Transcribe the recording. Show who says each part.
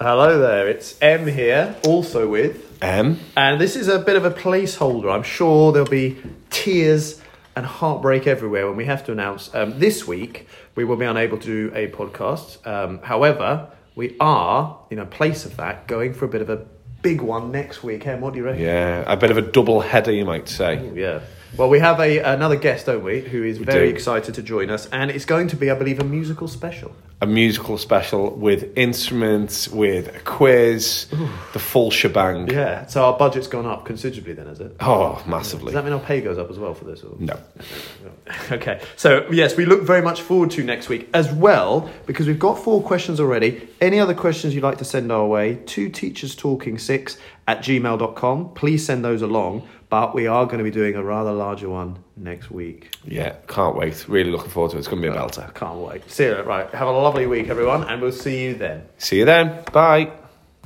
Speaker 1: Hello there, it's M here, also with,
Speaker 2: M.
Speaker 1: and this is a bit of a placeholder. I'm sure there'll be tears and heartbreak everywhere when we have to announce um, this week we will be unable to do a podcast. Um, however, we are, in a place of that, going for a bit of a big one next week. Em, what do you reckon?
Speaker 2: Yeah, a bit of a double header, you might say.
Speaker 1: Yeah. Well, we have a another guest, don't we? Who is very
Speaker 2: do.
Speaker 1: excited to join us, and it's going to be, I believe, a musical special.
Speaker 2: A musical special with instruments, with a quiz, the full shebang.
Speaker 1: Yeah. So our budget's gone up considerably, then, has it?
Speaker 2: Oh,
Speaker 1: Does
Speaker 2: massively.
Speaker 1: that mean our pay goes up as well for this? Or?
Speaker 2: No.
Speaker 1: Okay, so yes, we look very much forward to next week as well because we've got four questions already. Any other questions you'd like to send our way, two teachers talking six at gmail.com. Please send those along, but we are going to be doing a rather larger one next week.
Speaker 2: Yeah, can't wait. Really looking forward to it. It's going to be a belter.
Speaker 1: I can't wait. See you, right. Have a lovely week, everyone, and we'll see you then.
Speaker 2: See you then. Bye.